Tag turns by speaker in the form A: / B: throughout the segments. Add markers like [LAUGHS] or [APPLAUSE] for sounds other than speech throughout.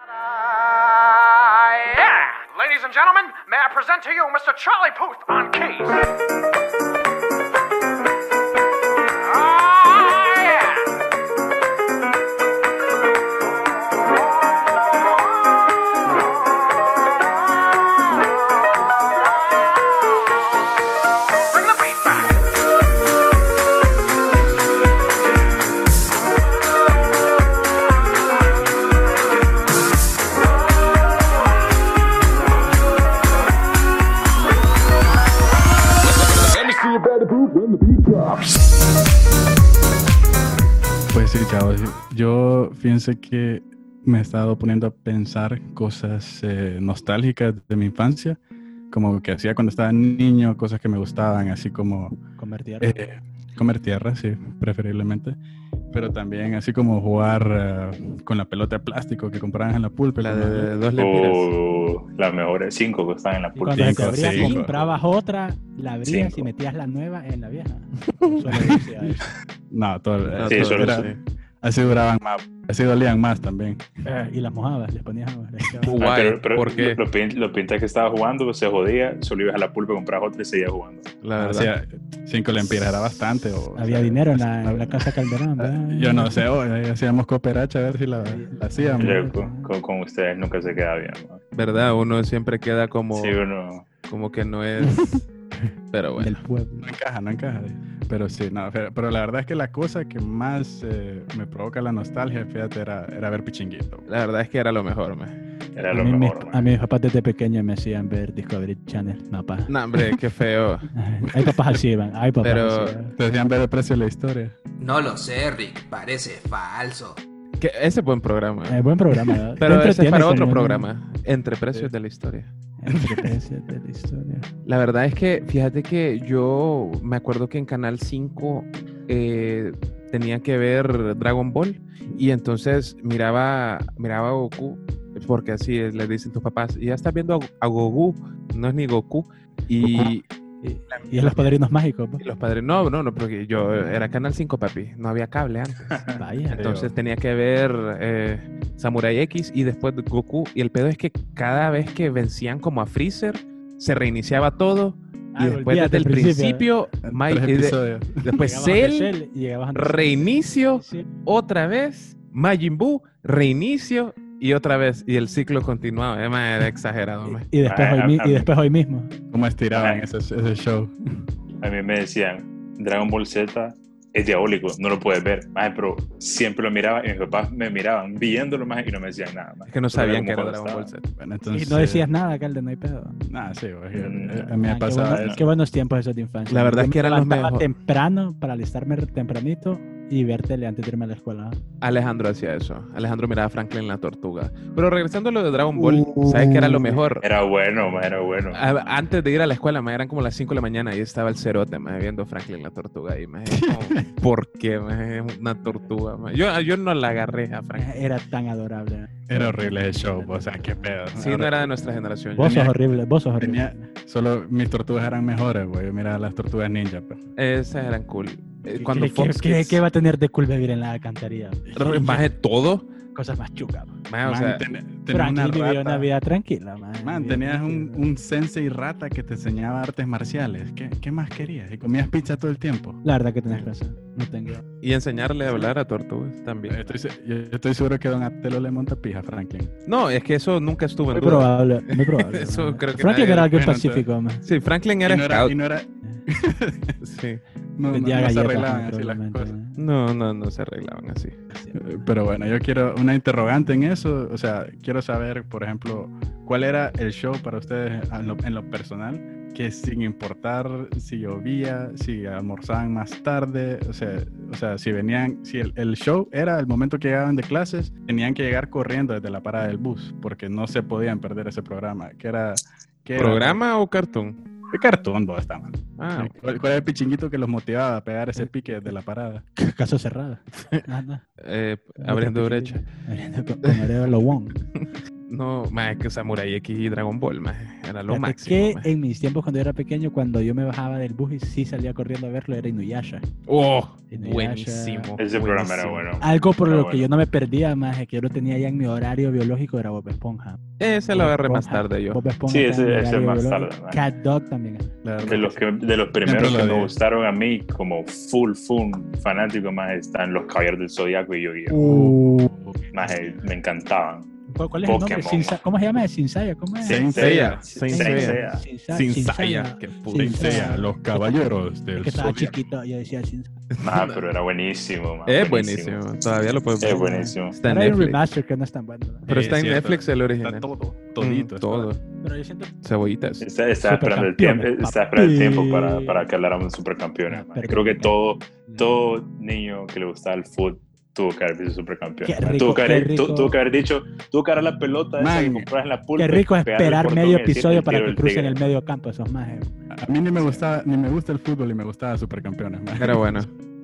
A: Uh, Ladies and gentlemen, may I present to you Mr. Charlie Puth on keys. Ah, yeah. Bring the beat back.
B: Pues sí, chavos. Yo fíjense que me he estado poniendo a pensar cosas eh, nostálgicas de mi infancia, como que hacía cuando estaba niño, cosas que me gustaban, así como
C: Comer tierra.
B: eh, comer tierra, sí, preferiblemente, pero también así como jugar eh, con la pelota de plástico que compraban en la pulpa.
D: La
B: ¿no?
D: de dos lempiras.
E: O las mejores cinco que están en la
C: Y cuando
E: pulpa.
C: se te
B: Cinco,
C: abría,
B: cinco.
C: comprabas otra, la abrías
E: Cinco.
C: y metías la nueva en la
D: [LAUGHS]
C: vieja. Solo decía eso.
B: No, todo, eh,
D: Ah,
E: Sí,
D: todo,
E: solo
B: era-
D: sí.
B: así duraban más, así dolían más también.
C: Eh, y las mojabas, les ponías agua. les echabas-
E: Ah,
D: Guay,
E: pero, pero
D: porque
E: lo, pin- lo pintas que estaba jugando, se jodía, solo ibas a la pulpa, comprabas otra y seguías jugando.
D: la verdad.
B: Hacía cinco lempiras, era bastante. o- o
C: Había
B: sea,
C: dinero en la,
B: hacía-
C: en la casa Calderón,
D: Ah,
C: ¿verdad?
B: Yo no sé, oh, ahí hacíamos cooperacha a ver si la, la hacíamos.
C: Hombre.
E: Yo con, con- con ustedes nunca se queda bien. ¿no?
D: ¿Verdad? Uno siempre queda como,
E: Sí, uno-
D: como que no es. Pero bueno.
C: Del pueblo.
B: No encaja, no encaja. Pero sí, no, pero, pero la verdad es que la cosa que más eh, me provoca la nostalgia, fíjate, era, era ver Pichinguito.
D: La verdad es que era lo mejor, man.
E: era
C: A
E: lo
C: mí mis-
E: mejor.
C: a
E: man.
C: mis papás desde pequeño me hacían ver Discovery Channel, papá.
D: No, hombre, qué feo.
C: Ay, [LAUGHS] Hay papás así, van. Hay papás
D: Pero-
C: así. van.
B: Te hacían ver el precio de la historia.
F: No lo sé, Rick, parece falso.
D: Que- ese buen programa.
C: Eh, buen
D: [LAUGHS]
C: programa. ¿verdad? Te
D: Pero ese es
C: entretienes
D: para
C: con
D: otro
C: uno.
D: programa. Entre precios
B: Sí.
D: de la historia.
C: Entretencia de la historia.
D: La verdad es que, fíjate que yo me acuerdo que en Canal 5 eh, tenía que ver Dragon Ball y entonces miraba, miraba a Goku, porque así es, le dicen tus papás, ya estás viendo a, a Goku, no es ni Goku. Y, [LAUGHS]
C: Y, y es los padrinos mágicos. pues. ¿no?
D: y los padres, no, no, no, porque yo era Canal 5, papi, no había cable antes.
C: Vaya.
D: Entonces tenía que ver eh, Samurai X y después Goku. Y el pedo es que cada vez que vencían como a Freezer, se reiniciaba todo.
C: Ah,
D: y después
C: olvídate
D: desde el
C: al
D: principio, pues,
B: Tres
D: Mike- y de-
B: episodios.
D: después
C: Llegabas antes
D: Cell,
C: Cell y llegabas antes-
D: reinicio,
C: Sí,
D: otra vez, Majin Buu, reinicio y otra vez. Y el ciclo continuaba. Además, era exagerado. man.
C: Y, y después
E: Ah,
C: hoy,
E: ah,
C: mi-
E: ah.
C: y después hoy mismo.
B: Cómo estiraban ese, ese show.
E: A mí me decían, Dragon Ball Z es diabólico, no lo puedes ver. Maje, pero siempre lo miraba y mis papás me miraban viéndolo más y no me decían nada. maje.
D: Es que no
E: Solo
D: sabían
E: como
D: que era
E: cuando
D: Dragon Ball
E: estaba.
D: Z.
B: Bueno, entonces,
C: y no decías nada, Calde, no hay pedo.
B: Nada, sí, güey,
E: Mm.
B: eh, a mí
C: Ah,
B: me
C: qué
B: pasaba
C: bueno-
B: eso.
C: Qué buenos tiempos esos de infancia.
D: La
C: Yo
D: verdad es
C: me
D: que eran los
C: levantaba
D: mejor-
C: temprano para alistarme tempranito y ver tele antes de irme a la escuela.
D: Alejandro hacía eso. Alejandro miraba a Franklin la tortuga. Pero regresando a lo de Dragon Ball, ¿sabes qué era lo mejor?
E: Era bueno, maje, era bueno.
D: A- Antes de ir a la escuela, ma, eran como las 5 de la mañana y estaba el cerote, ma, viendo Franklin la tortuga ahí, ma, es como, ¿Por qué, ma? Es una tortuga, ma. Yo, yo no la agarré a Franklin.
C: Era tan adorable.
B: Era horrible ese show, o sea, qué pedo.
D: Sí, no era de nuestra generación.
C: Vos
B: Tenía-
C: sos horrible, vos sos horrible.
B: Tenía- solo mis tortugas eran mejores, güey. Mira las tortugas ninja, pues.
D: Esas eran cool. Eh,
C: ¿Qué-
D: Cuando
C: qué,
D: Fox
C: qué-
D: Kids-
C: qué va a tener de cool vivir en la alcantarilla?
D: re- maje, todo,
C: Cosas más chucas. man.
D: ma, Ah, o
B: Man,
D: sea,
B: ten- tenías
C: Franklin
B: una
C: vivió
B: rata.
C: una vida tranquila, man.
B: Man,
C: Vivió
B: tenías un,
C: tranquila.
B: un sensei rata que te enseñaba artes marciales. ¿Qué, qué más querías? Y comías pizza todo el tiempo.
C: La verdad que tenés razón. No tengo.
D: y enseñarle a hablar a tortugas
C: Eh.
D: también.
B: Estoy, se- yo estoy seguro que Don Atelo le monta pija, Franklin.
D: No, es que eso nunca estuvo en
C: Muy
D: duda.
C: probable,
B: [LAUGHS]
C: muy probable.
D: Eso
C: man.
D: creo que
C: Franklin
D: nadie-
C: era alguien
B: bueno,
C: pacífico, man.
D: Sí, Franklin
B: Y
D: era
B: no era,
D: scout.
B: y no, era-
D: Sí.
B: no- no-
C: Vendía
B: no se
C: galletas,
B: arreglaban
C: man,
B: así las
C: probablemente,
B: cosas.
C: man.
D: No, no, no se arreglaban así.
B: Eh, Pero bueno, yo quiero una interrogante en eso. O sea, quiero saber, por ejemplo, cuál era el show para ustedes en lo, en lo personal. Que sin importar si llovía, si almorzaban más tarde, o sea, o sea si venían, si el, el show era el momento que llegaban de clases, tenían que llegar corriendo desde la parada del bus, porque no se podían perder ese programa. Que era. Que era-
D: ¿Programa o cartoon?
B: ¿Qué cartón vos está, man?
D: Ah,
B: ¿Cuál, cuál era el pichinguito que los motivaba a pegar ese pique desde la parada?
C: Eh, Caso
D: [LAUGHS]
C: cerrado. Ah, no.
D: eh, abriendo brecha.
C: Abriendo con, con Arevalo Wong.
D: No, más que Samurai X y Dragon Ball, más. Era [LAUGHS] lo
C: Fíjate
D: máximo.
C: que eh,
D: maje.
C: en mis tiempos cuando yo era pequeño, cuando yo me bajaba del bus y sí salía corriendo a verlo, era Inuyasha.
D: Oh,
C: Inuyasha.
D: buenísimo.
E: Ese programa era
D: buenísimo.
E: bueno.
C: Algo por
D: Ah,
E: Era
C: lo que
E: bueno.
C: yo no me perdía más, que yo lo tenía ya en mi horario biológico, era Bob Esponja.
D: Ese lo
C: Bob
D: agarré más
C: Esponja.
D: tarde yo.
C: Bob Esponja
E: Sí,
C: está
E: ese-
C: en mi
E: ese
C: horario
E: más
C: biológico.
E: tarde, man.
C: Cat Dog también.
B: La verdad
E: De los,
B: sí.
E: que, de los primeros
B: lo
E: que
B: vi.
E: me gustaron a mí, como full, full fanático, más están los Caballeros del Zodiaco y Yu-Gi-Oh! Más, eh, me encantaban.
C: ¿Cuál- ¿Cuál es el nombre?
E: Pokémon.
C: Sinsa- ¿Cómo se llama? Sinsaya. ¿Cómo es?
B: Sin-
E: Saint Seiya, Saint
D: Saint
E: Seiya.
C: Sinsa-
B: Sin
C: Sinsaya.
B: saya.
D: Qué puta.
B: Saint Seiya, los caballeros
C: Es
B: del
C: que estaba
B: Zodiaco.
C: chiquito, yo decía Sinsaya.
E: Ah, pero era buenísimo. man,
D: Es Eh, buenísimo. Todavía lo podemos
E: Es
D: ver.
E: buenísimo.
D: Está en
C: Pero hay un
D: Netflix.
C: remaster que no es tan bueno. ¿no?
D: Pero
B: Eh,
D: está en
B: cierto.
D: Netflix el original.
B: Está todo,
D: Mm,
B: todito. está.
D: todo.
C: Pero yo siento
D: Cebollitas.
E: Está- Estaba esperando el tiempo,
C: Supercampeones,
E: estaba esperando el tiempo
C: papi.
E: para, para que habláramos de supercampeones. man. Creo que todo,
C: Mm.
E: todo niño que le gustaba el fútbol tuvo que haber visto supercampeones.
C: Qué
E: man.
C: rico,
E: tuvo, que
C: qué
E: haber, tu-
C: rico.
E: tuvo que haber dicho, tuvo que agarrar la pelota esa que
B: Man,
E: compras en la pulpa.
C: Qué rico
E: y pegarle
C: esperar
E: por
C: medio
E: todo y decir,
C: episodio para
E: tiro
C: que
E: del
C: crucen
E: tigre.
C: el medio campo eh. esos majes.
B: A mí ni me gustaba, ni me gusta el fútbol y me gustaba supercampeones. maje. [LAUGHS]
D: Era bueno.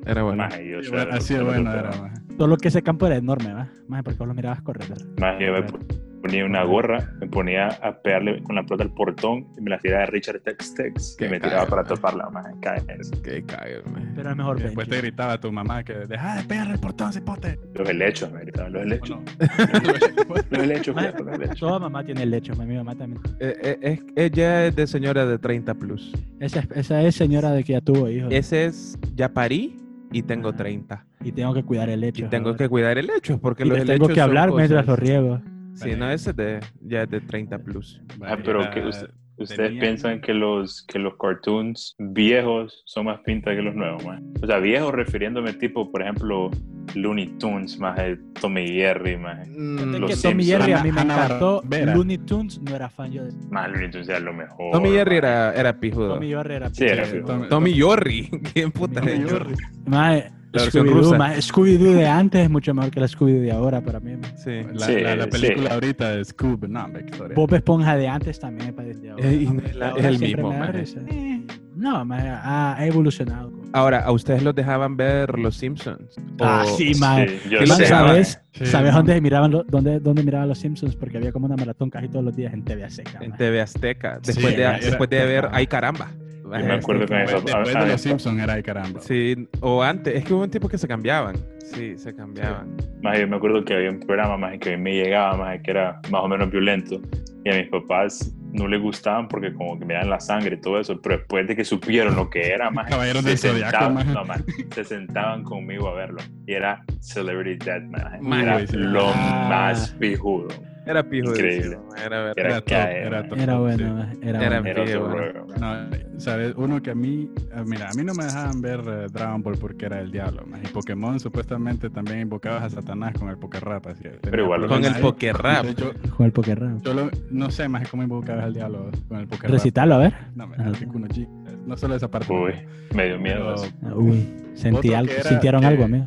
D: Era bueno.
E: Maje, yo
B: Sí,
E: era-
B: bueno, Así de
E: yo
B: bueno
E: era-
B: era. maje.
C: Solo que ese campo era enorme, ¿va? Maje, porque vos lo mirabas correr.
E: Maje, yo me ponía una gorra, me ponía a pegarle con la pelota al portón y me la tiraba de Richard Tex Tex.
D: Qué
E: Y me tiraba
D: caga,
E: para
D: man.
E: taparla. Maje, caga eso.
D: Qué cague, man.
C: Pero es mejor
B: Y Después te
C: Benji.
B: gritaba a tu mamá que deja de pegarle el portón, cipote.
E: Los helechos, me gritaban, los helechos.
B: [LAUGHS] Bueno,
E: Los helechos,
C: Maje,
E: cuidado, los helechos.
C: Toda mamá tiene lecho, ma, mi mamá también.
D: Eh, eh, es- ella es de señora de 30 plus.
C: Esa, es- esa es señora de que ya tuvo hijos.
D: Ese es, ya parí y tengo
C: Ajá.
D: 30.
C: Y tengo que cuidar el lecho.
D: Y tengo
C: joder.
D: que cuidar el hecho, porque
C: Y
D: los
C: les tengo
D: helechos
C: que
D: son
C: hablar mientras los
D: cosas-
C: riego.
D: Sí, no, ese es de, ya es de 30 plus.
E: Ah, pero que usted- Ustedes
B: Tenían-
E: piensan que los, que los cartoons viejos son más pintas que los nuevos, man. O sea, viejos refiriéndome tipo, por ejemplo, Looney Tunes, más el Tommy Jerry, más,
C: Fíjate
E: Los
C: que
E: Simpsons.
C: Tommy Jerry a mí me
B: Hanna
C: encantó.
B: Barbera.
C: Looney Tunes no era fan yo de
E: más Looney Tunes era lo mejor.
D: Tommy Jerry
E: man.
D: era, era pijudo.
C: Tommy Jerry era
E: Sí, era
C: pichero,
E: fijo.
C: ¿no?
B: Tommy-
D: Tommy [LAUGHS] Jorry. ¿Quién puta
B: Tommy
D: es
B: Jerry.
D: Jorry?
C: Maje,
D: La versión
C: Scooby-Doo,
D: rusa.
C: maje, Scooby-Doo de antes es mucho mejor que la Scooby-Doo de ahora para mí. maje.
D: Sí.
B: La,
E: Sí,
B: la- la
E: sí.
B: película ahorita de Scoob, no, hombre, qué historia.
C: Bob Esponja de antes también es para el de ahora.
D: Eh, y
C: maje.
D: es la-
C: Ahora
D: es el
C: siempre
D: mismo,
C: me da
D: maje.
C: risa. Eh, No, maje, ha, ha evolucionado.
D: Ahora, ¿a ustedes los dejaban ver Los Simpsons?
B: Oh,
C: Ah,
D: O-
C: sí, maje.
E: Sí, yo
D: ¿Qué
C: Man,
E: sé,
C: ¿Sabes,
B: Sí,
C: ¿sabes
B: man.
C: dónde, miraban lo- dónde, dónde miraban los Simpsons? Porque había como una maratón casi todos los días en TV Azteca.
D: En
C: man.
D: TV Azteca. Después,
B: Sí,
D: de,
B: era-
D: después de ver Ay Caramba. Eh,
E: man. Yo me acuerdo con eso.
B: Este, Después
E: Ah,
B: de
E: ah,
B: los Simpsons era de caramba.
D: Sí, o antes. Es que hubo un tiempo que se cambiaban. Sí, se cambiaban.
E: Más yo me acuerdo que había un programa más que a mí me llegaba, más que era más o menos violento. Y a mis papás no les gustaban porque como que me dan la sangre y todo eso. Pero después de que supieron lo que era, más
B: Caballeros del Zodiaco, maje.
E: no, maje, se sentaban conmigo a verlo. Y era Celebrity Death,
D: Maje,
E: Era
B: sí.
E: lo
C: Ah.
E: más pijudo.
D: Era pijo.
E: Increíble.
D: Era verdad.
E: Era
B: Era top,
E: cae,
B: era
E: man.
B: top,
C: Era
B: sí.
C: bueno, maje, era,
D: Era-
C: bueno.
E: Era otro
D: bueno.
E: rollo.
B: No, sabes, uno que a mí, ah, mira, a mí no me dejaban ver eh, Dragon Ball porque era el diablo, más. Y Pokémon supuestamente también invocabas a Satanás con el Pokerrap, así. que tenía
E: igual lo
D: Con
B: problemas
D: el
B: ahí.
D: Pokerrap.
B: Entonces Yo,
C: Jugar Poker Rap.
B: yo lo- no sé más cómo invocabas al diablo con el Pokerrap.
C: Recitalo, a ver.
B: No, me que Kuno G. No solo esa parte.
E: Uy,
B: ¿no?
E: me dio miedo
B: Pero
E: eso.
C: Uy, sentí
B: Otro
C: algo,
B: que era-
C: sintieron
B: que-
C: algo, amigo.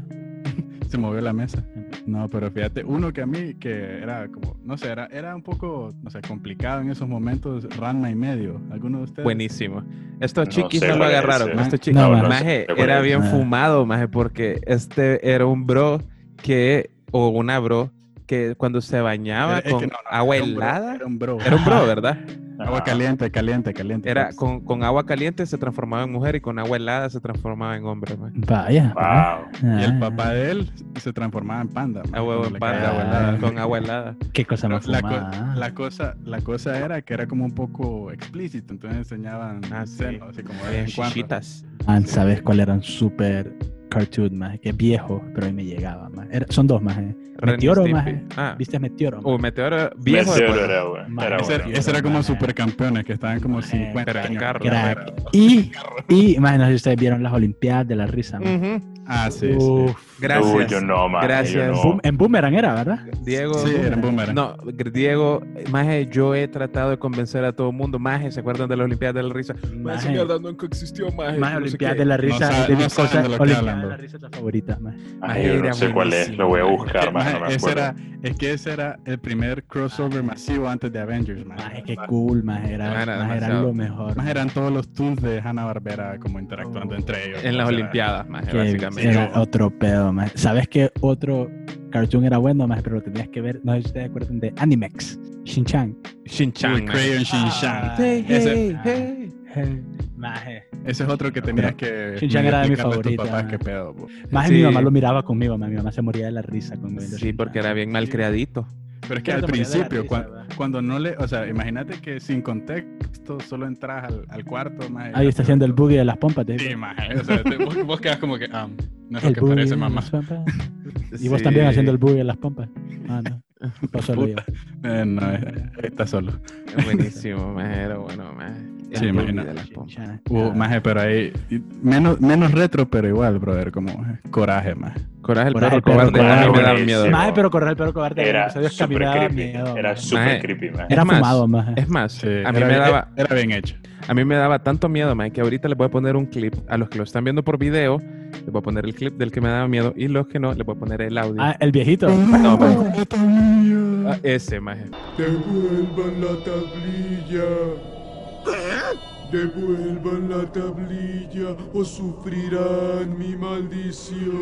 B: Se movió la mesa. No, pero fíjate, uno que a mí, que era como, no sé, era, era un poco, no sé, complicado en esos momentos, Ranma y medio. ¿Alguno de ustedes?
D: Buenísimo. Estos
E: No
D: chiquis
E: sé
D: no lo
E: cuál es
D: agarraron.
E: ese.
D: Estos chiquis.
C: No, man.
D: Maje,
E: sé cuál
D: era
E: es.
D: bien
C: Ah.
D: fumado, maje, porque este era un bro que, o una bro, que cuando se bañaba
B: Era- es
D: con
B: que no, no,
D: agua
B: era un bro,
D: helada,
B: Era un bro.
D: era
B: [LAUGHS]
D: un bro, ¿verdad?
E: Ah,
B: Agua caliente, caliente, caliente.
D: Era
B: Pues,
D: con, con agua caliente se transformaba en mujer y con agua helada se transformaba en hombre, maje.
C: Vaya. ah,
E: Wow.
B: Y el
C: ah,
B: papá de él se transformaba en panda. man,
D: A huevo
B: cuando
D: en
B: le
D: pan,
B: caía
C: cae
D: agua
B: la
D: helada,
B: helada.
D: con agua helada.
C: Qué cosa
B: Pero
C: más
B: la,
C: fumada.
B: co- la cosa, la cosa era que era como un poco explícito, entonces enseñaban
D: Ah, sí.
B: senos, así como de vez
D: Bien,
B: en cuando.
D: chichitas.
C: Ah, ¿sabes cuál eran súper cartoon, más? Que viejo, pero ahí me llegaba, más. Son dos más, ¿eh?
D: Ren y
C: Meteoro,
D: Stimpy.
C: maje.
D: Ah.
C: ¿Viste Meteoro?
D: O
C: maje?
D: meteoro viejo. de
E: Meteoro
D: polvo.
E: era bueno. Era
B: pues. Ese,
E: bueno.
B: ese era como
C: Ajá.
B: supercampeones que estaban como
C: Ajá,
B: 50
D: pero pues. en
B: años.
D: carro.
C: Crack. Y, y, más, no sé si ustedes vieron las Olimpiadas de la risa, maje.
D: Ujú.
B: Ah, sí, sí.
C: Uf.
D: Gracias.
E: Uy, yo no, man.
D: Gracias.
E: Yo no.
C: Boom- en Boomerang era, ¿verdad?
D: Diego.
B: Sí, eran Eh, boomerang.
D: No, Diego, maje, yo he tratado de convencer a todo el mundo. Maje, ¿se acuerdan de las Olimpiadas de la Risa?
C: Maje.
D: nunca existió, maje.
C: Más eh, Olimpiadas de la Risa,
B: sabe-
C: de
B: no
C: mis
B: saben
C: cosas,
B: de lo que
C: Olimpiadas
B: hablan,
C: de la
B: bro.
C: Risa es la favorita, más.
E: Ay, yo
D: Era
E: no sé cuál es. Lo voy a
D: buenísimo,
B: Que,
E: buscar, más.
B: [LAUGHS] maje,
E: No me
B: ese
E: acuerdo.
B: era, es que ese era el primer crossover masivo antes de Avengers, man.
C: Maje, qué cool, más era,
D: Ah, era
C: maje, era
D: demasiado.
C: lo mejor.
B: Más
C: maje.
B: eran todos los tools de Hanna-Barbera como interactuando entre ellos.
D: En las
B: O sea,
D: Olimpiadas, maje,
C: Que
D: básicamente.
C: Era otro pedo, más. ¿Sabes qué otro cartoon era bueno, más? Pero lo tenías que ver. No sé si ustedes acuerdan de Animex. Shinchan.
D: Shin-Chan.
B: Crayon
D: man.
C: Ah.
B: Shinchan.
C: Hey,
B: Ese-
C: hey, hey. Eh, Maje.
B: Ese es otro que tenías que.
C: Shin-Chan era de
B: explicarle
C: mis
B: a tus
C: favoritos,
B: papás
C: ajá.
B: qué pedo, po.
C: Maje,
B: Sí,
C: mi mamá lo miraba conmigo, mi mamá se moría de la risa conmigo. viendo
D: Sí,
C: Shin-Chan.
D: porque era bien malcriadito.
B: Pero es que
C: Ya
B: al
C: se moría de la
B: principio,
C: risa,
B: cuan-
C: ¿verdad?
B: cuando, no le. O sea, imagínate que sin contexto solo entras al, al cuarto, maje.
C: Ahí está haciendo el boogie de las pompas. te
B: Sí,
C: digo.
B: maje. O sea, te- vos, vos quedas como que. Ah, no es lo
C: el
B: que
C: boogie
B: parece,
C: de
B: mamá.
C: las pompas.
D: [LAUGHS]
C: Y vos también haciendo el boogie de las pompas. Ah, no. Pasó lo yo.
B: Eh, no, eh, está solo.
D: Buenísimo, man, era bueno, man. El
B: Sí,
D: Boogie
B: imagínate.
D: de las pompas.
C: Shin-Chan.
B: Uh, maje, pero ahí. y- Menos, menos retro, pero igual, brother. Como eh, coraje, maje.
D: Coraje el
C: Coraje
D: perro
C: el perro
D: cobarde. a mí me
E: cobarde,
D: da
E: buenísimo.
D: miedo.
E: Sí,
C: Maje,
E: no.
C: pero correr el perro cobarde. en
E: Era
C: los episodios que a mí
E: súper
C: me daba
E: creepy.
C: miedo,
E: era
C: maje.
E: súper
B: eh,
D: Maje,
B: [LAUGHS]
E: creepy, man.
C: Era
D: Es más,
C: fumado, maje.
D: Es más,
B: Sí,
D: a, mí
B: era
D: me
B: bien-
D: daba,
B: Era bien hecho.
D: a mí me daba tanto miedo, man, que ahorita les voy a poner un clip. A los que lo están viendo por video, les voy a poner el clip del que me daba miedo. Y los que no, les voy a poner el audio.
C: Ah, el viejito.
D: [LAUGHS] No, man. Ah, ese, man.
G: Devuelvan la tablilla. Devuelvan la tablilla o sufrirán mi maldición.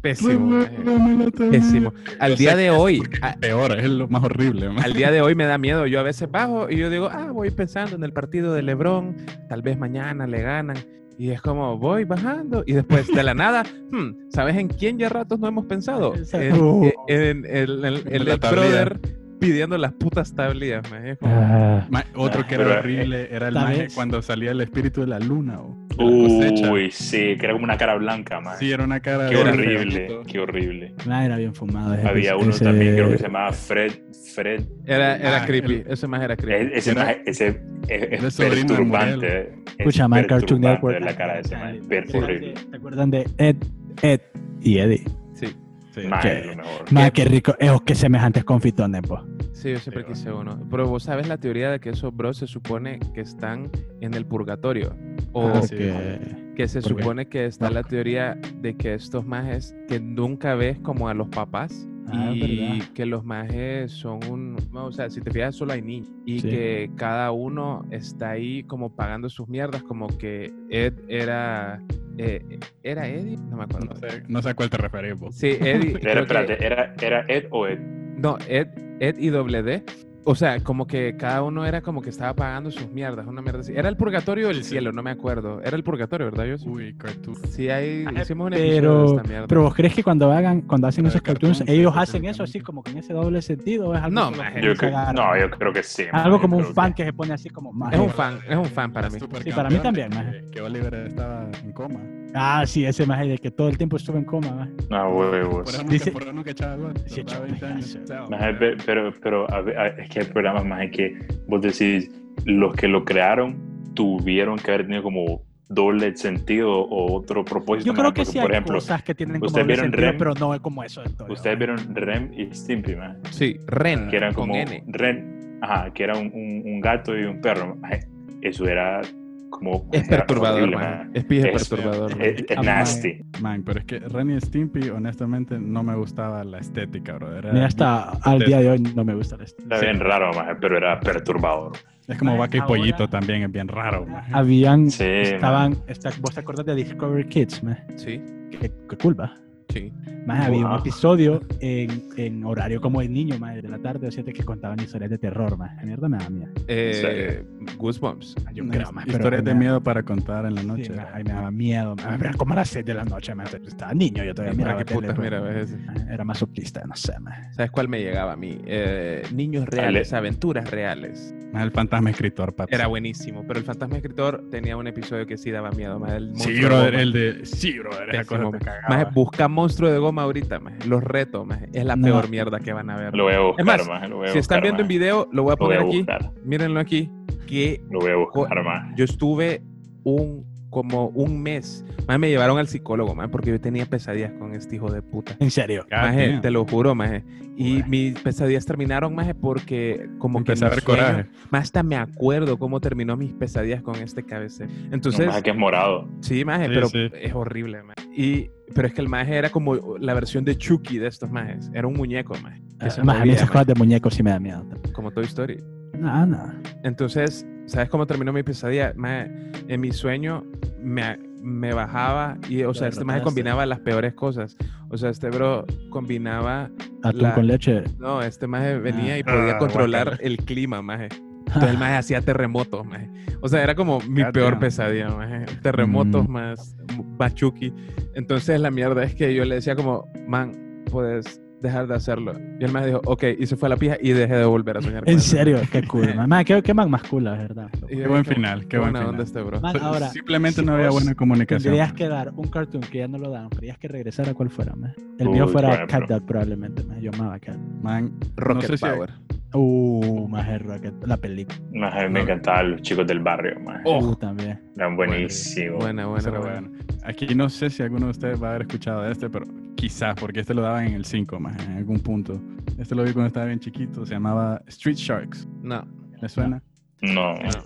D: Pésimo, man. Pésimo. Al día de hoy,
C: Ah,
D: a-
B: Peor, es lo más horrible, maje.
D: al día de hoy me da miedo. Yo a veces bajo y yo digo, ah, voy pensando en el partido de Lebrón, tal vez mañana le ganan. Y es como, voy bajando. Y después, de la nada, [LAUGHS] hmm, ¿sabes en quién ya ratos no hemos pensado?
C: Esa-
D: En,
C: Uh.
D: en- en- en- en- en
B: Oh. La
D: el
B: tablilla.
D: brother pidiendo las putas tablillas. man. Es como,
C: Ah,
B: Ma- otro
E: Ah,
B: que era
E: pero,
B: horrible era el
C: tal
B: maje
C: vez.
B: cuando salía el espíritu de la luna o de la cosecha.
E: Uy, sí, que era como una cara blanca, man.
B: Sí, era una cara
E: Qué
B: de-
E: horrible, qué horrible.
C: maje, era bien fumado. ese-
E: Había uno
C: ese-
E: también, creo que se llamaba Fred. Fred.
D: era era
B: Ah,
D: creepy. Ese más era creepy.
E: E- Ese, maje- ese es,
B: El sobrino
E: es
B: de Muriel.
E: perturbante. eh.
C: [LAUGHS]
E: Es
C: Escucha, man, Cartoon
E: perturbante
C: Network.
E: La cara de ese man, per-
C: ¿Te acuerdan
E: horrible.
C: de- ¿Te acuerdan de Ed, Ed y Eddie?
D: Sí,
B: Sí.
E: Man,
C: que-
E: lo mejor.
C: Maje, qué rico. Esos que semejantes confitones,
E: Ah,
C: po.
D: sí, yo siempre
B: Sí, va.
D: quise uno. Pero vos sabes la teoría de que esos bros se supone que están en el purgatorio. O
B: Ah, sí.
C: Porque-
D: que se
C: ¿Por qué?
D: supone que está
C: No.
D: la teoría de que estos majes que nunca ves como a los papás
C: Ah,
D: y
C: verdad.
D: que los majes son un, no, o sea, si te fijas solo hay niños y
C: Sí.
D: que cada uno está ahí como pagando sus mierdas, como que Ed era eh, era Eddie, no me acuerdo.
B: No sé, no sé a cuál te referís vos.
D: Sí,
B: [LAUGHS]
D: Eddie.
E: Era,
D: creo que-
E: espérate, era, era Ed o Ed.
D: no, Ed, Ed y doble D. O sea, como que cada uno era como que estaba pagando sus mierdas, una mierda así. ¿Era el purgatorio o el
B: Sí, sí.
D: cielo? No me acuerdo. Era el purgatorio, ¿verdad? Yo
B: Uy, cartoon.
D: Sí, ahí
C: Ajá,
D: hicimos una
C: Pero, pero vos crees que cuando hagan, cuando hacen
B: Pero
C: esos
B: de cartón,
C: cartoons,
B: sí,
C: ellos hacen
B: específicamente.
C: eso así como que en ese doble sentido o es algo
D: No,
C: solo
D: maje,
C: que
E: Yo
C: se
E: creo-
C: agarra?
E: no, yo creo que sí. man,
C: algo
E: yo
C: como un
E: creo
C: fan
E: que-
C: que se pone así como maje.
D: Es un fan, es un fan para mí.
C: Sí, para mí también, maje.
B: Que Oliver estaba en coma.
C: Ah, sí, ese maje de que todo el tiempo estuvo en coma, maje.
E: No,
B: Por
E: huevos.
B: eso nunca,
C: Dice-
B: por eso nunca echaba gol. Tardaba
C: Sí, echaba
B: 20 años.
C: ganas.
B: Chao,
E: Maje,
B: maje.
E: pe- pero, pero a ve- a- es que hay programas más que vos decís, los que lo crearon tuvieron que haber tenido como doble sentido o otro propósito.
C: Yo creo
E: maje,
C: que
E: porque,
C: sí hay
E: por ejemplo,
C: cosas que tienen como
E: ¿ustedes
C: doble
E: vieron
C: sentido,
E: Rem?
C: pero no es como eso. esto,
E: ustedes
C: ¿verdad?
E: vieron Rem y Stimpy, maje,
D: Sí, Ren,
E: que eran
D: Ah, con
E: como
D: N.
E: Ren, ajá, que era un, un- un gato y un perro. maje. Eso era como
D: Es
E: era
D: perturbador,
E: horrible,
D: man.
E: maje.
D: Es pije
E: Es-
D: perturbador. man.
E: Es, es
C: Ah,
E: nasty.
B: Man, pero es que Ren y Stimpy, honestamente, no me gustaba la estética, bro. Era
C: Mira, hasta al día de hoy no me gusta el estilo.
E: Está bien raro, maje, pero era perturbador.
B: Es como
C: Maje,
B: vaca y
C: ahora-
B: pollito también, es bien raro, maje.
C: Habían,
E: Sí,
C: estaban, esta- vos te acordás de Discovery Kids, maje?
D: Sí,
C: Qué, qué culpa.
D: sí.
C: Más había un
E: Wow.
C: episodio en, en horario como de niño, madre, de la tarde o siete que contaban historias de terror, más. La mierda me da miedo.
D: Eh, Goosebumps.
C: Yo
B: Una
C: creo, más. pero
B: Historias
C: me
B: de
C: da-
B: miedo para contar en la
C: Sí,
B: noche.
C: maje, ay, me daba miedo. maje. Pero como a las 6 de la noche, maje, estaba niño, yo todavía
D: Mira
C: miraba
D: Ah, qué
C: tele,
D: putas,
C: pues.
D: mira, ves ese.
C: Maje, Era masoquista, no sé, más.
D: ¿Sabes cuál me llegaba a mí? Eh, niños reales, aventuras reales.
B: Maje, El fantasma escritor, papi.
D: Era buenísimo, pero el fantasma escritor tenía un episodio que sí daba miedo. Más el
B: Sí,
D: monstruo de
B: brother,
D: goma.
B: el de. Sí, brother, esa cosa
D: Pésimo,
B: te
D: maje.
B: cagaba.
D: Maje, busca monstruo de goma ahorita, maje. los retos, maje. es la
C: No.
D: peor mierda que van a ver.
E: Lo voy a buscar,
D: más,
E: maje, lo voy a
D: si están
E: buscar,
D: viendo en
E: maje.
D: video, lo voy a
E: Lo voy
D: poner
E: a
D: aquí.
E: buscar.
D: Mírenlo aquí. Que
E: Lo voy a buscar,
D: Co-
E: man.
D: yo estuve un como un mes. Más me llevaron al psicólogo, más porque yo tenía pesadillas con este hijo de puta.
C: En serio.
B: Ah,
D: Maje,
B: damn.
D: te lo juro, maje. Y
C: Bueno.
D: mis pesadillas terminaron, maje, porque como
B: Empecé
D: que
B: a ver
D: en los sueños-
B: coraje.
D: Más hasta me acuerdo cómo terminó mis pesadillas con este cabecero. Entonces,
E: Entonces, que es morado.
D: Sí, maje,
B: Sí,
D: pero
B: sí.
D: es horrible, maje. Y, pero es que el maje era como la versión de Chucky de estos majes. Era un muñeco, maje, que se
C: Ah, maje, a mí
D: movía,
C: esas
D: maje,
C: cosas de muñecos sí me da miedo.
D: como Toy Story.
C: No, no.
D: Entonces, ¿sabes cómo terminó mi pesadilla? Maje, en mi sueño me, me bajaba y, o sea, este maje
C: derrotaste.
D: combinaba las peores cosas. O sea, este bro combinaba.
C: Atún
D: La-
C: con [LAUGHS] leche.
D: No, este maje venía y
B: Ah,
D: podía
B: ah,
D: controlar
B: guácala.
D: el clima, maje.
C: [LAUGHS]
D: Entonces el maje hacía terremotos, maje. O sea, era como mi
B: Goddamn.
D: peor pesadilla, maje. Terremotos
C: Mm.
D: más bachuki. Entonces la mierda es que yo le decía como, man, puedes dejar de hacerlo. Y el maje dijo, ok, y se fue a la pija y dejé de volver a soñar. con
C: En
D: eso.
C: serio, qué cool. man. Man, qué, qué man más cool, la verdad.
B: Qué
D: Y yo
B: buen
D: como,
B: final, qué
D: Qué
B: buen
D: buena
B: final.
D: onda este bro.
C: Man, ahora,
B: Simplemente
C: si
B: no había
C: vos
B: buena comunicación.
C: tendrías que dar un cartoon que ya no lo dan, tendrías que regresar a cuál fuera, man. El
E: Uy,
C: mío fuera
E: bueno.
C: Cat Dad probablemente, man. Yo amaba Cat.
B: Man,
D: Rocket
B: no sé si-
D: Power.
C: Uh, más el Rocket, la película.
E: Maje, me encantaban los chicos del barrio, maje.
C: Uh, también.
E: Eran buenísimos.
D: Buena,
B: Pero
D: buena, buena.
B: bueno, aquí no sé si alguno de ustedes va a haber escuchado de este, pero quizás, porque este lo daban en el 5 más, en algún punto. Este lo vi cuando estaba bien chiquito, se llamaba Street Sharks.
D: No.
B: ¿Le suena?
E: No, maje.
D: no.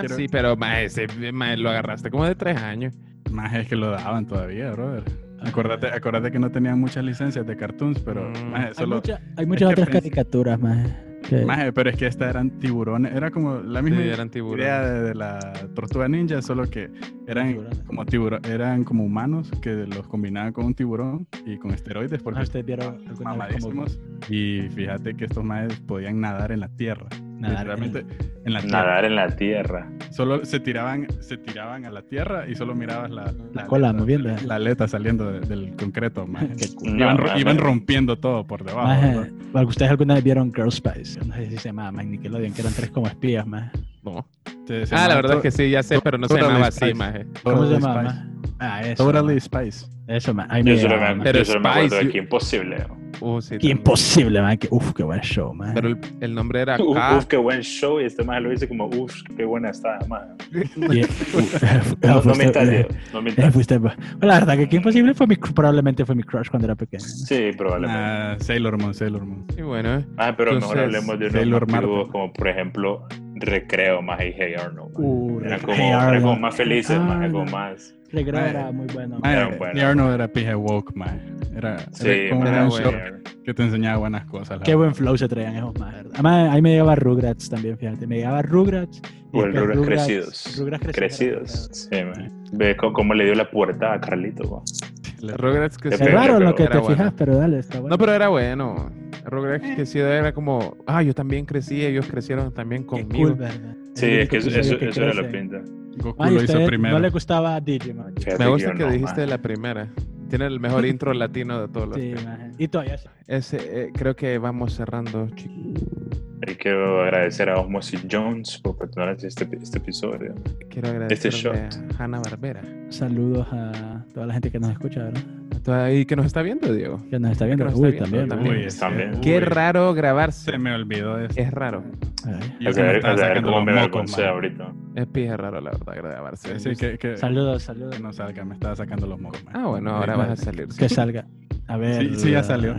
B: Eh, Quiero-
D: sí, pero maje, ese maje lo agarraste como de tres años.
B: Más es que lo daban todavía, brother. Acuérdate, acuérdate que no tenían muchas licencias de cartoons, pero
D: Mm.
B: maje,
C: Hay,
B: solo-
C: mucha- hay muchas
B: es que
C: otras
B: pensé-
C: caricaturas, más. que-
B: maje, pero es que esta eran tiburones, era como la
D: Sí,
B: misma
D: eran tiburones.
B: idea de, de la tortuga ninja, solo que eran
C: Tiburones.
B: como tiburón, eran como humanos que los combinaban con un tiburón y con esteroides porque
C: Ah, ustedes vieron alguna vez como
B: mamadísimos. Y fíjate que estos maes podían nadar en la tierra.
C: Nadar en
B: literalmente en la tierra.
E: nadar en la tierra.
B: Solo se tiraban, se tiraban a la tierra y solo mirabas la,
C: La cola
B: aleta-
C: moviéndola.
B: La aleta saliendo de- del
C: [LAUGHS]
B: concreto, maje.
C: Qué cool.
B: Iban,
E: No,
B: ro-
E: maje.
B: iban rompiendo todo por debajo.
C: Maje,
B: ¿verdad?
C: eh, ¿Ustedes alguna vez vieron Girl Spice? No sé si se llamaba más Nickelodeon, que eran tres como espías, más.
D: No.
B: Se- se
D: Ah, la
B: llamaba
D: verdad es
B: To-
D: que sí, ya sé, pero no se
B: Totally
D: llamaba
B: Spice.
D: así, maje.
C: ¿Cómo se
B: Totally
C: llamaba?
B: Spice.
C: maje? Ah, eso.
B: Totally
C: maje.
B: Spice.
C: Eso, maje. Ahí me
E: Yo solo
C: llegaba,
E: me,
C: maje.
D: Pero
E: yo solo me acuerdo
D: Spice,
E: de
D: yo-
E: que imposible.
D: Uh, sí,
C: Qué
D: también.
C: imposible, man. Que, uf, qué buen show, man.
D: Pero el, el nombre
E: [LAUGHS]
D: era
E: Uf,
D: K.
E: uf, qué buen show. Y este maje lo dice como, uf, qué buena está, maje.
B: [LAUGHS]
C: Y- uf,
E: No, no
C: fuiste-
E: me estás, no
C: [LAUGHS]
E: me
C: eh,
E: estás.
C: fuiste- bueno, la verdad que Qué Imposible fue mi, probablemente fue mi crush cuando era pequeño. man.
E: Sí, probablemente.
B: Ah, Sailor Moon, Sailor Moon.
D: Y bueno, eh.
E: Ah, pero mejor
D: Entonces,
E: hablemos de
B: Sailor
E: unos más
B: Marte.
E: vivos, como por ejemplo Recreo más y Hey Arnold. más.
C: Uh,
E: eran
C: Hey
E: como, eran como
C: Arnold.
E: más felices,
C: Ah,
E: más, como
C: no.
E: más.
C: Regro
B: Maje.
C: era muy bueno. man.
B: Maje,
E: Era bueno.
B: y Arnold era pija woke, maje. Era,
E: Sí,
B: era como
E: más,
B: un
D: bueno.
B: show que te enseñaba buenas cosas. la
C: Qué
B: verdad.
C: buen flow se traían esos más, ¿verdad? Además, ahí me llegaba Rugrats también, fíjate. Me llegaba Rugrats. y
E: O el
C: después
E: Rugrats crecidos.
C: Rugrats
E: crecidos.
C: crecidos.
E: Sí, man. Ve co- cómo le dio la puerta a Carlito. po.
B: Le-
D: Rugrats que
E: Qué
D: sí.
C: Es
E: Pero-
C: raro lo que te
E: pero
C: pues.
D: era bueno.
C: fijas, pero dale, está bueno.
D: No, pero era bueno. Rugrats que sí era como, ah, yo también crecí, ellos crecieron también
C: Qué
D: conmigo.
C: cool, ¿verdad?
E: Sí,
C: El
E: es que
C: único
E: eso,
C: episodio
E: eso,
C: que
E: eso era la
C: crece.
E: pinta.
B: Goku
C: Ay,
B: lo hizo
C: ustedes
B: primero.
C: No le gustaba Digimon.
E: Fíjate
D: Me gusta
E: yo
D: que
E: no,
D: dijiste
E: man.
D: la primera. Tiene el mejor intro latino de todos los.
C: Sí,
D: tiempos.
C: maje. Y todavía sí.
D: Ese, eh, creo que vamos cerrando, chicos.
E: Hay que agradecer a Osmosis Jones por patrocinar este, este episodio.
D: Quiero agradecer
E: shot.
D: a Hanna Barbera.
C: Saludos a toda la gente que nos escucha, ¿verdad?
D: Y que nos está viendo, Diego.
C: Que nos está viendo.
D: nos está
C: Uy,
D: viendo,
C: también.
D: también.
C: uy.
B: es
E: También.
B: que-
D: Qué
B: uy,
D: raro grabarse.
B: Se me olvidó esto.
D: Es raro.
C: Ay.
E: A
B: Yo se me
E: ver,
B: estaba
E: a ver
B: sacando
E: cómo
B: los
E: me
B: mocos,
E: avergoncé
B: man.
E: ahorita.
D: Es pija raro, la verdad, grabarse.
B: Sí, que, que,
C: Saludos,
B: que
C: saludos.
B: no salga, me estaba sacando los mocos. man.
D: Ah, bueno, ahora
B: Sí,
D: vas
B: man.
D: a salir. sí.
C: Que salga. A ver.
B: Sí, sí, ya salió.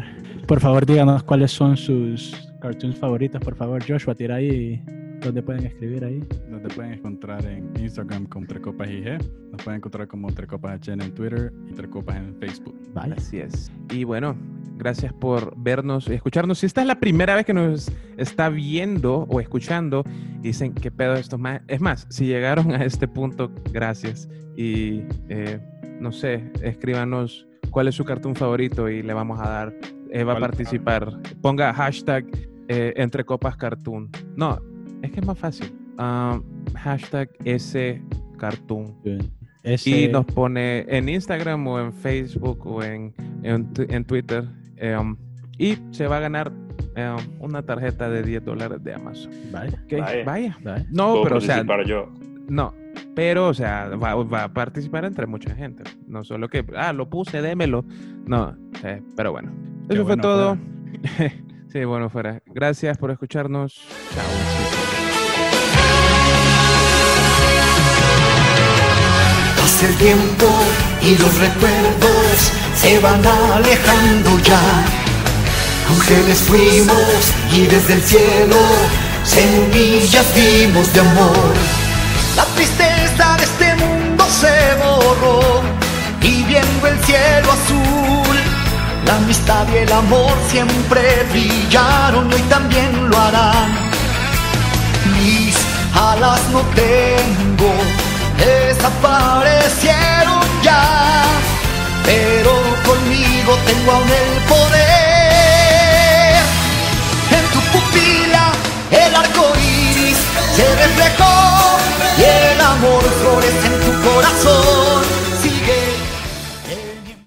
C: Por favor, díganos cuáles son sus cartoons favoritos, por favor. Joshua, tira ahí donde pueden escribir ahí.
B: Nos te pueden encontrar en Instagram como Entre Copas IG. Nos pueden encontrar como Entre Copas HN en Twitter y Entre Copas en Facebook.
C: Vaya.
D: Así es. Y bueno, gracias por vernos y escucharnos. Si esta es la primera vez que nos está viendo o escuchando, y dicen qué pedo esto más. Es más, si llegaron a este punto, gracias. Y eh, no sé, escríbanos cuál es su cartoon favorito y le vamos a dar. eh, va a
B: ¿Cuál?
D: participar. Ponga hashtag eh, entre copas cartoon. No, es que es más fácil. Ah, hashtag ese cartoon.
C: Ese,
D: Y nos pone en Instagram o en Facebook o en, en, tu- en Twitter. em, y se va a ganar em, una tarjeta de 10 dólares de Amazon.
C: Vaya,
D: ¿Qué?
E: Vaya.
D: Vaya.
C: vaya.
D: No,
E: Puedo
D: pero o sea,
E: participar yo.
D: no. Pero, o sea, va, va a participar entre mucha gente. No solo que, ah, lo puse, démelo. No, eh, pero bueno.
B: Qué
D: Eso fue
B: bueno
D: todo. [LAUGHS] sí, bueno, fuera. Gracias por escucharnos. Chao.
H: Pasa el tiempo y los recuerdos se van alejando ya. Ángeles fuimos y desde el cielo semillas dimos de amor. La tristeza de este mundo se borró y viendo el cielo azul. La amistad y el amor siempre brillaron y hoy también lo harán mis alas no tengo, desaparecieron ya. pero conmigo tengo aún el poder.